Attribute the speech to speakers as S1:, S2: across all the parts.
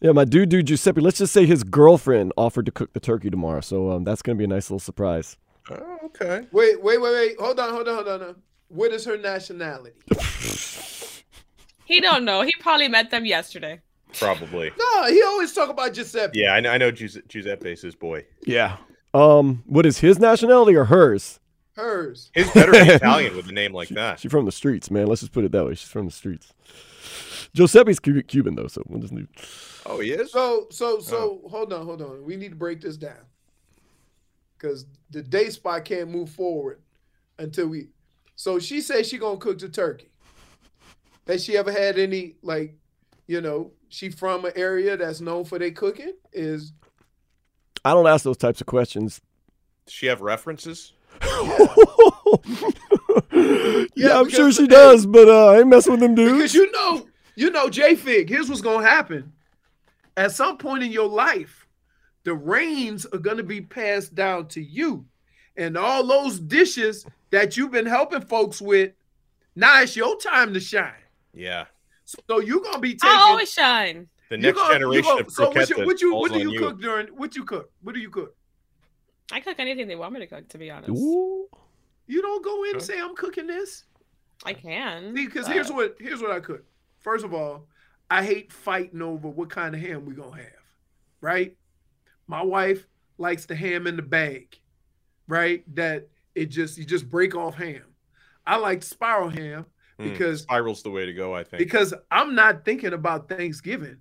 S1: Yeah, my dude, dude Giuseppe. Let's just say his girlfriend offered to cook the turkey tomorrow, so um, that's gonna be a nice little surprise.
S2: Oh, okay.
S3: Wait, wait, wait, wait. Hold on, hold on, hold on. uh, What is her nationality?
S4: He don't know. He probably met them yesterday.
S2: Probably.
S3: No, he always talk about Giuseppe.
S2: Yeah, I know. I know Giuse- Giuseppe's his boy.
S1: Yeah. Um, what is his nationality or hers?
S3: Hers.
S2: His better be Italian with a name like that.
S1: She's from the streets, man. Let's just put it that way. She's from the streets. Giuseppe's Cu- Cuban though, so we'll just leave.
S2: Oh, he is.
S3: So, so, so. Hold on, hold on. We need to break this down because the day spot can't move forward until we. So she says she gonna cook the turkey. Has she ever had any like, you know, she from an area that's known for their cooking? Is
S1: I don't ask those types of questions.
S2: Does she have references?
S1: yeah, I'm
S3: because
S1: sure she
S3: the-
S1: does, but uh, I ain't messing with them dudes.
S3: Because you know, you know, J Fig, here's what's gonna happen. At some point in your life, the reins are gonna be passed down to you. And all those dishes that you've been helping folks with, now it's your time to shine.
S2: Yeah.
S3: So you're gonna be taking
S4: I always shine.
S2: The
S3: you
S2: next
S3: gonna- you
S2: generation
S3: gonna-
S2: of
S3: so what
S2: croquettes
S3: you, what you
S2: falls
S3: what do
S2: on
S3: you, cook during what you cook? What do you cook?
S4: I cook anything they want me to cook. To be honest,
S1: Ooh.
S3: You don't go in and
S2: Huh?
S3: say I'm cooking this.
S4: I can.
S3: Because here's
S4: but-
S3: what here's what I could. First of all, I hate fighting over what kind of ham we gonna have, right? My wife likes the ham in the bag, right? That it just you just break off ham. I like spiral ham
S2: Mm.
S3: because
S2: Spiral's the way to go, I think.
S3: because I'm not thinking about Thanksgiving.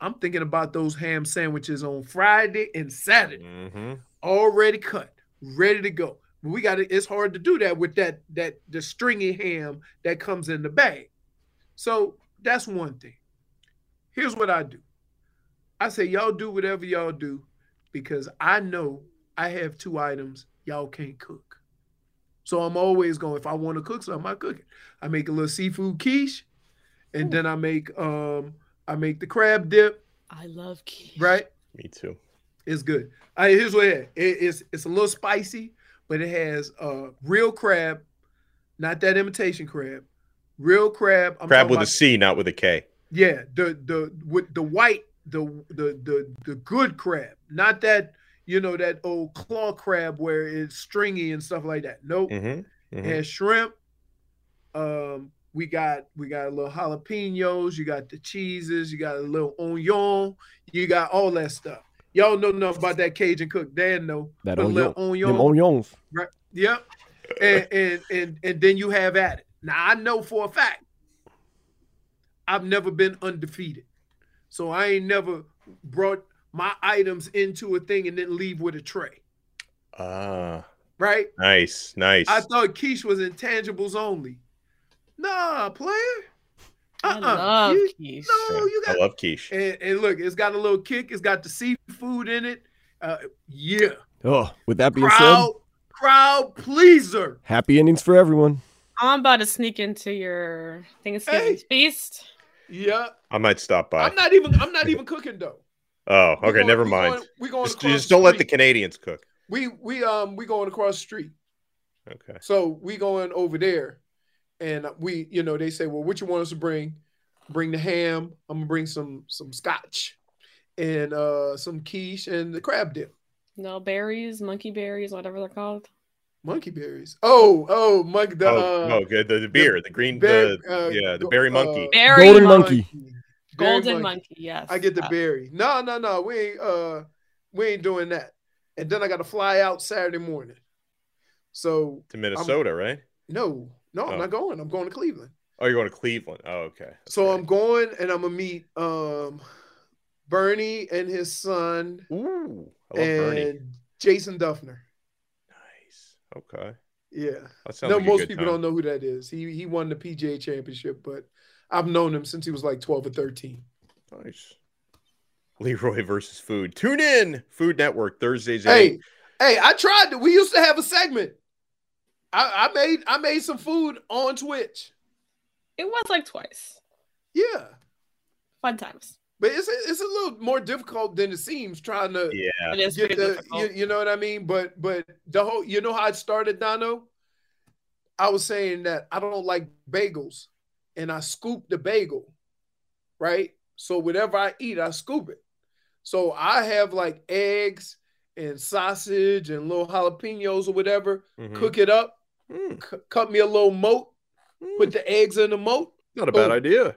S3: I'm thinking about those ham sandwiches on Friday and Saturday
S2: hmm
S3: already cut, ready to go. But we got to It's hard to do that with that that the stringy ham that comes in the bag. So that's one thing. Here's what I do. I say y'all do whatever y'all do, because I know I have two items y'all can't cook. So I'm always going. If I want to cook something, I cook it. I make a little seafood quiche, and then I make um I make the crab dip.
S4: I love quiche.
S3: Right.
S2: Me too.
S3: It's good. I here's what it, had. It- it's it's a little spicy, but it has uh real crab, not that imitation crab, real crab. I'm
S2: Crab
S3: talking
S2: with a
S3: about-
S2: C, not with a K.
S3: Yeah, the the with the white, the the the the good crab, not that you know that old claw crab where it's stringy and stuff like that. Nope.
S2: Mm-hmm.
S3: It has shrimp. Um, we got we got a little jalapenos. You got the cheeses. You got a little onion. You got all that stuff. Y'all know nothing about that Cajun cook. Dan know.
S1: That
S3: Put a little
S1: Them onions.
S3: Yep. And, and and and then you have at it. Now I know for a fact I've never been undefeated. So I ain't never brought my items into a thing and then leave with a tray.
S2: Ah,
S3: Right?
S2: nice, nice.
S3: I thought Keish was intangibles only. Nah, player.
S4: I
S3: Uh-uh.
S4: love
S3: You-
S4: quiche.
S3: no, you
S2: I
S3: got.
S2: love quiche.
S3: And, and look, it's got a little kick. It's got the seafood in it. Uh, yeah.
S1: Oh, with that being said,
S3: Crowd, crowd pleaser.
S1: happy endings for everyone.
S4: I'm about to sneak into your Thanksgiving
S3: Hey.
S4: feast.
S3: Yeah.
S2: I might stop by.
S3: I'm not even. I'm not even cooking though.
S2: oh,
S3: We
S2: okay,
S3: going-
S2: never
S3: we
S2: mind.
S3: going- We going
S2: just
S3: across
S2: just don't let the
S3: street.
S2: Canadians cook.
S3: We we um we going across the street.
S2: Okay.
S3: So we going over there, and we you know they say, well, what you want us to bring? Bring the ham. I'm gonna bring some some scotch, and uh some quiche and the crab dip,
S4: No berries, monkey berries, whatever they're called.
S3: monkey berries. Oh oh monkey the
S2: oh,
S3: uh,
S2: no, good. The, the beer, the green,
S3: bear-
S2: the
S3: uh,
S2: yeah, the
S3: go-
S2: berry
S3: uh,
S2: monkey.
S4: Berry
S1: Golden
S4: monkey.
S1: monkey.
S3: berry
S4: Golden monkey. Yes.
S3: I get the
S4: Uh,
S3: berry. No no no, we ain't uh we ain't doing that. And then I got to fly out Saturday morning. So
S2: to Minnesota, right?
S3: no no,
S2: Oh.
S3: I'm not going. I'm going to Cleveland.
S2: Oh, you're going to Cleveland. Oh, okay. That's
S3: So
S2: right.
S3: I'm going and I'm gonna meet um Bernie and his son
S2: Ooh, I love
S3: and
S2: Bernie.
S3: Jason Duffner.
S2: Nice. Okay.
S3: Yeah.
S2: That sounds
S3: no,
S2: like a
S3: most
S2: good
S3: people
S2: time.
S3: don't know who that is. He he won the PGA championship, but I've known him since he was like 12 or 13.
S2: Nice. Leroy versus Food. Tune in Food Network Thursdays. at
S3: Hey,
S2: eight.
S3: hey, I tried to. We used to have a segment. I, I made I made some food on Twitch.
S4: It was like twice.
S3: Yeah.
S4: Fun times.
S3: But it's a, it's a little more difficult than it seems trying to
S2: yeah,
S4: It is
S3: get
S4: pretty
S3: the
S4: difficult.
S3: you, you know what I mean? But but the whole you know how it started, Dono? I was saying that I don't like bagels and I scoop the bagel, right? So whatever I eat, I scoop it. So I have like eggs and sausage and little jalapenos or whatever,
S2: Mhm.
S3: cook it up,
S2: Mm,
S3: c- cut me a little moat, put the eggs in the moat.
S2: Hmm. not a bad
S3: Oh.
S2: idea.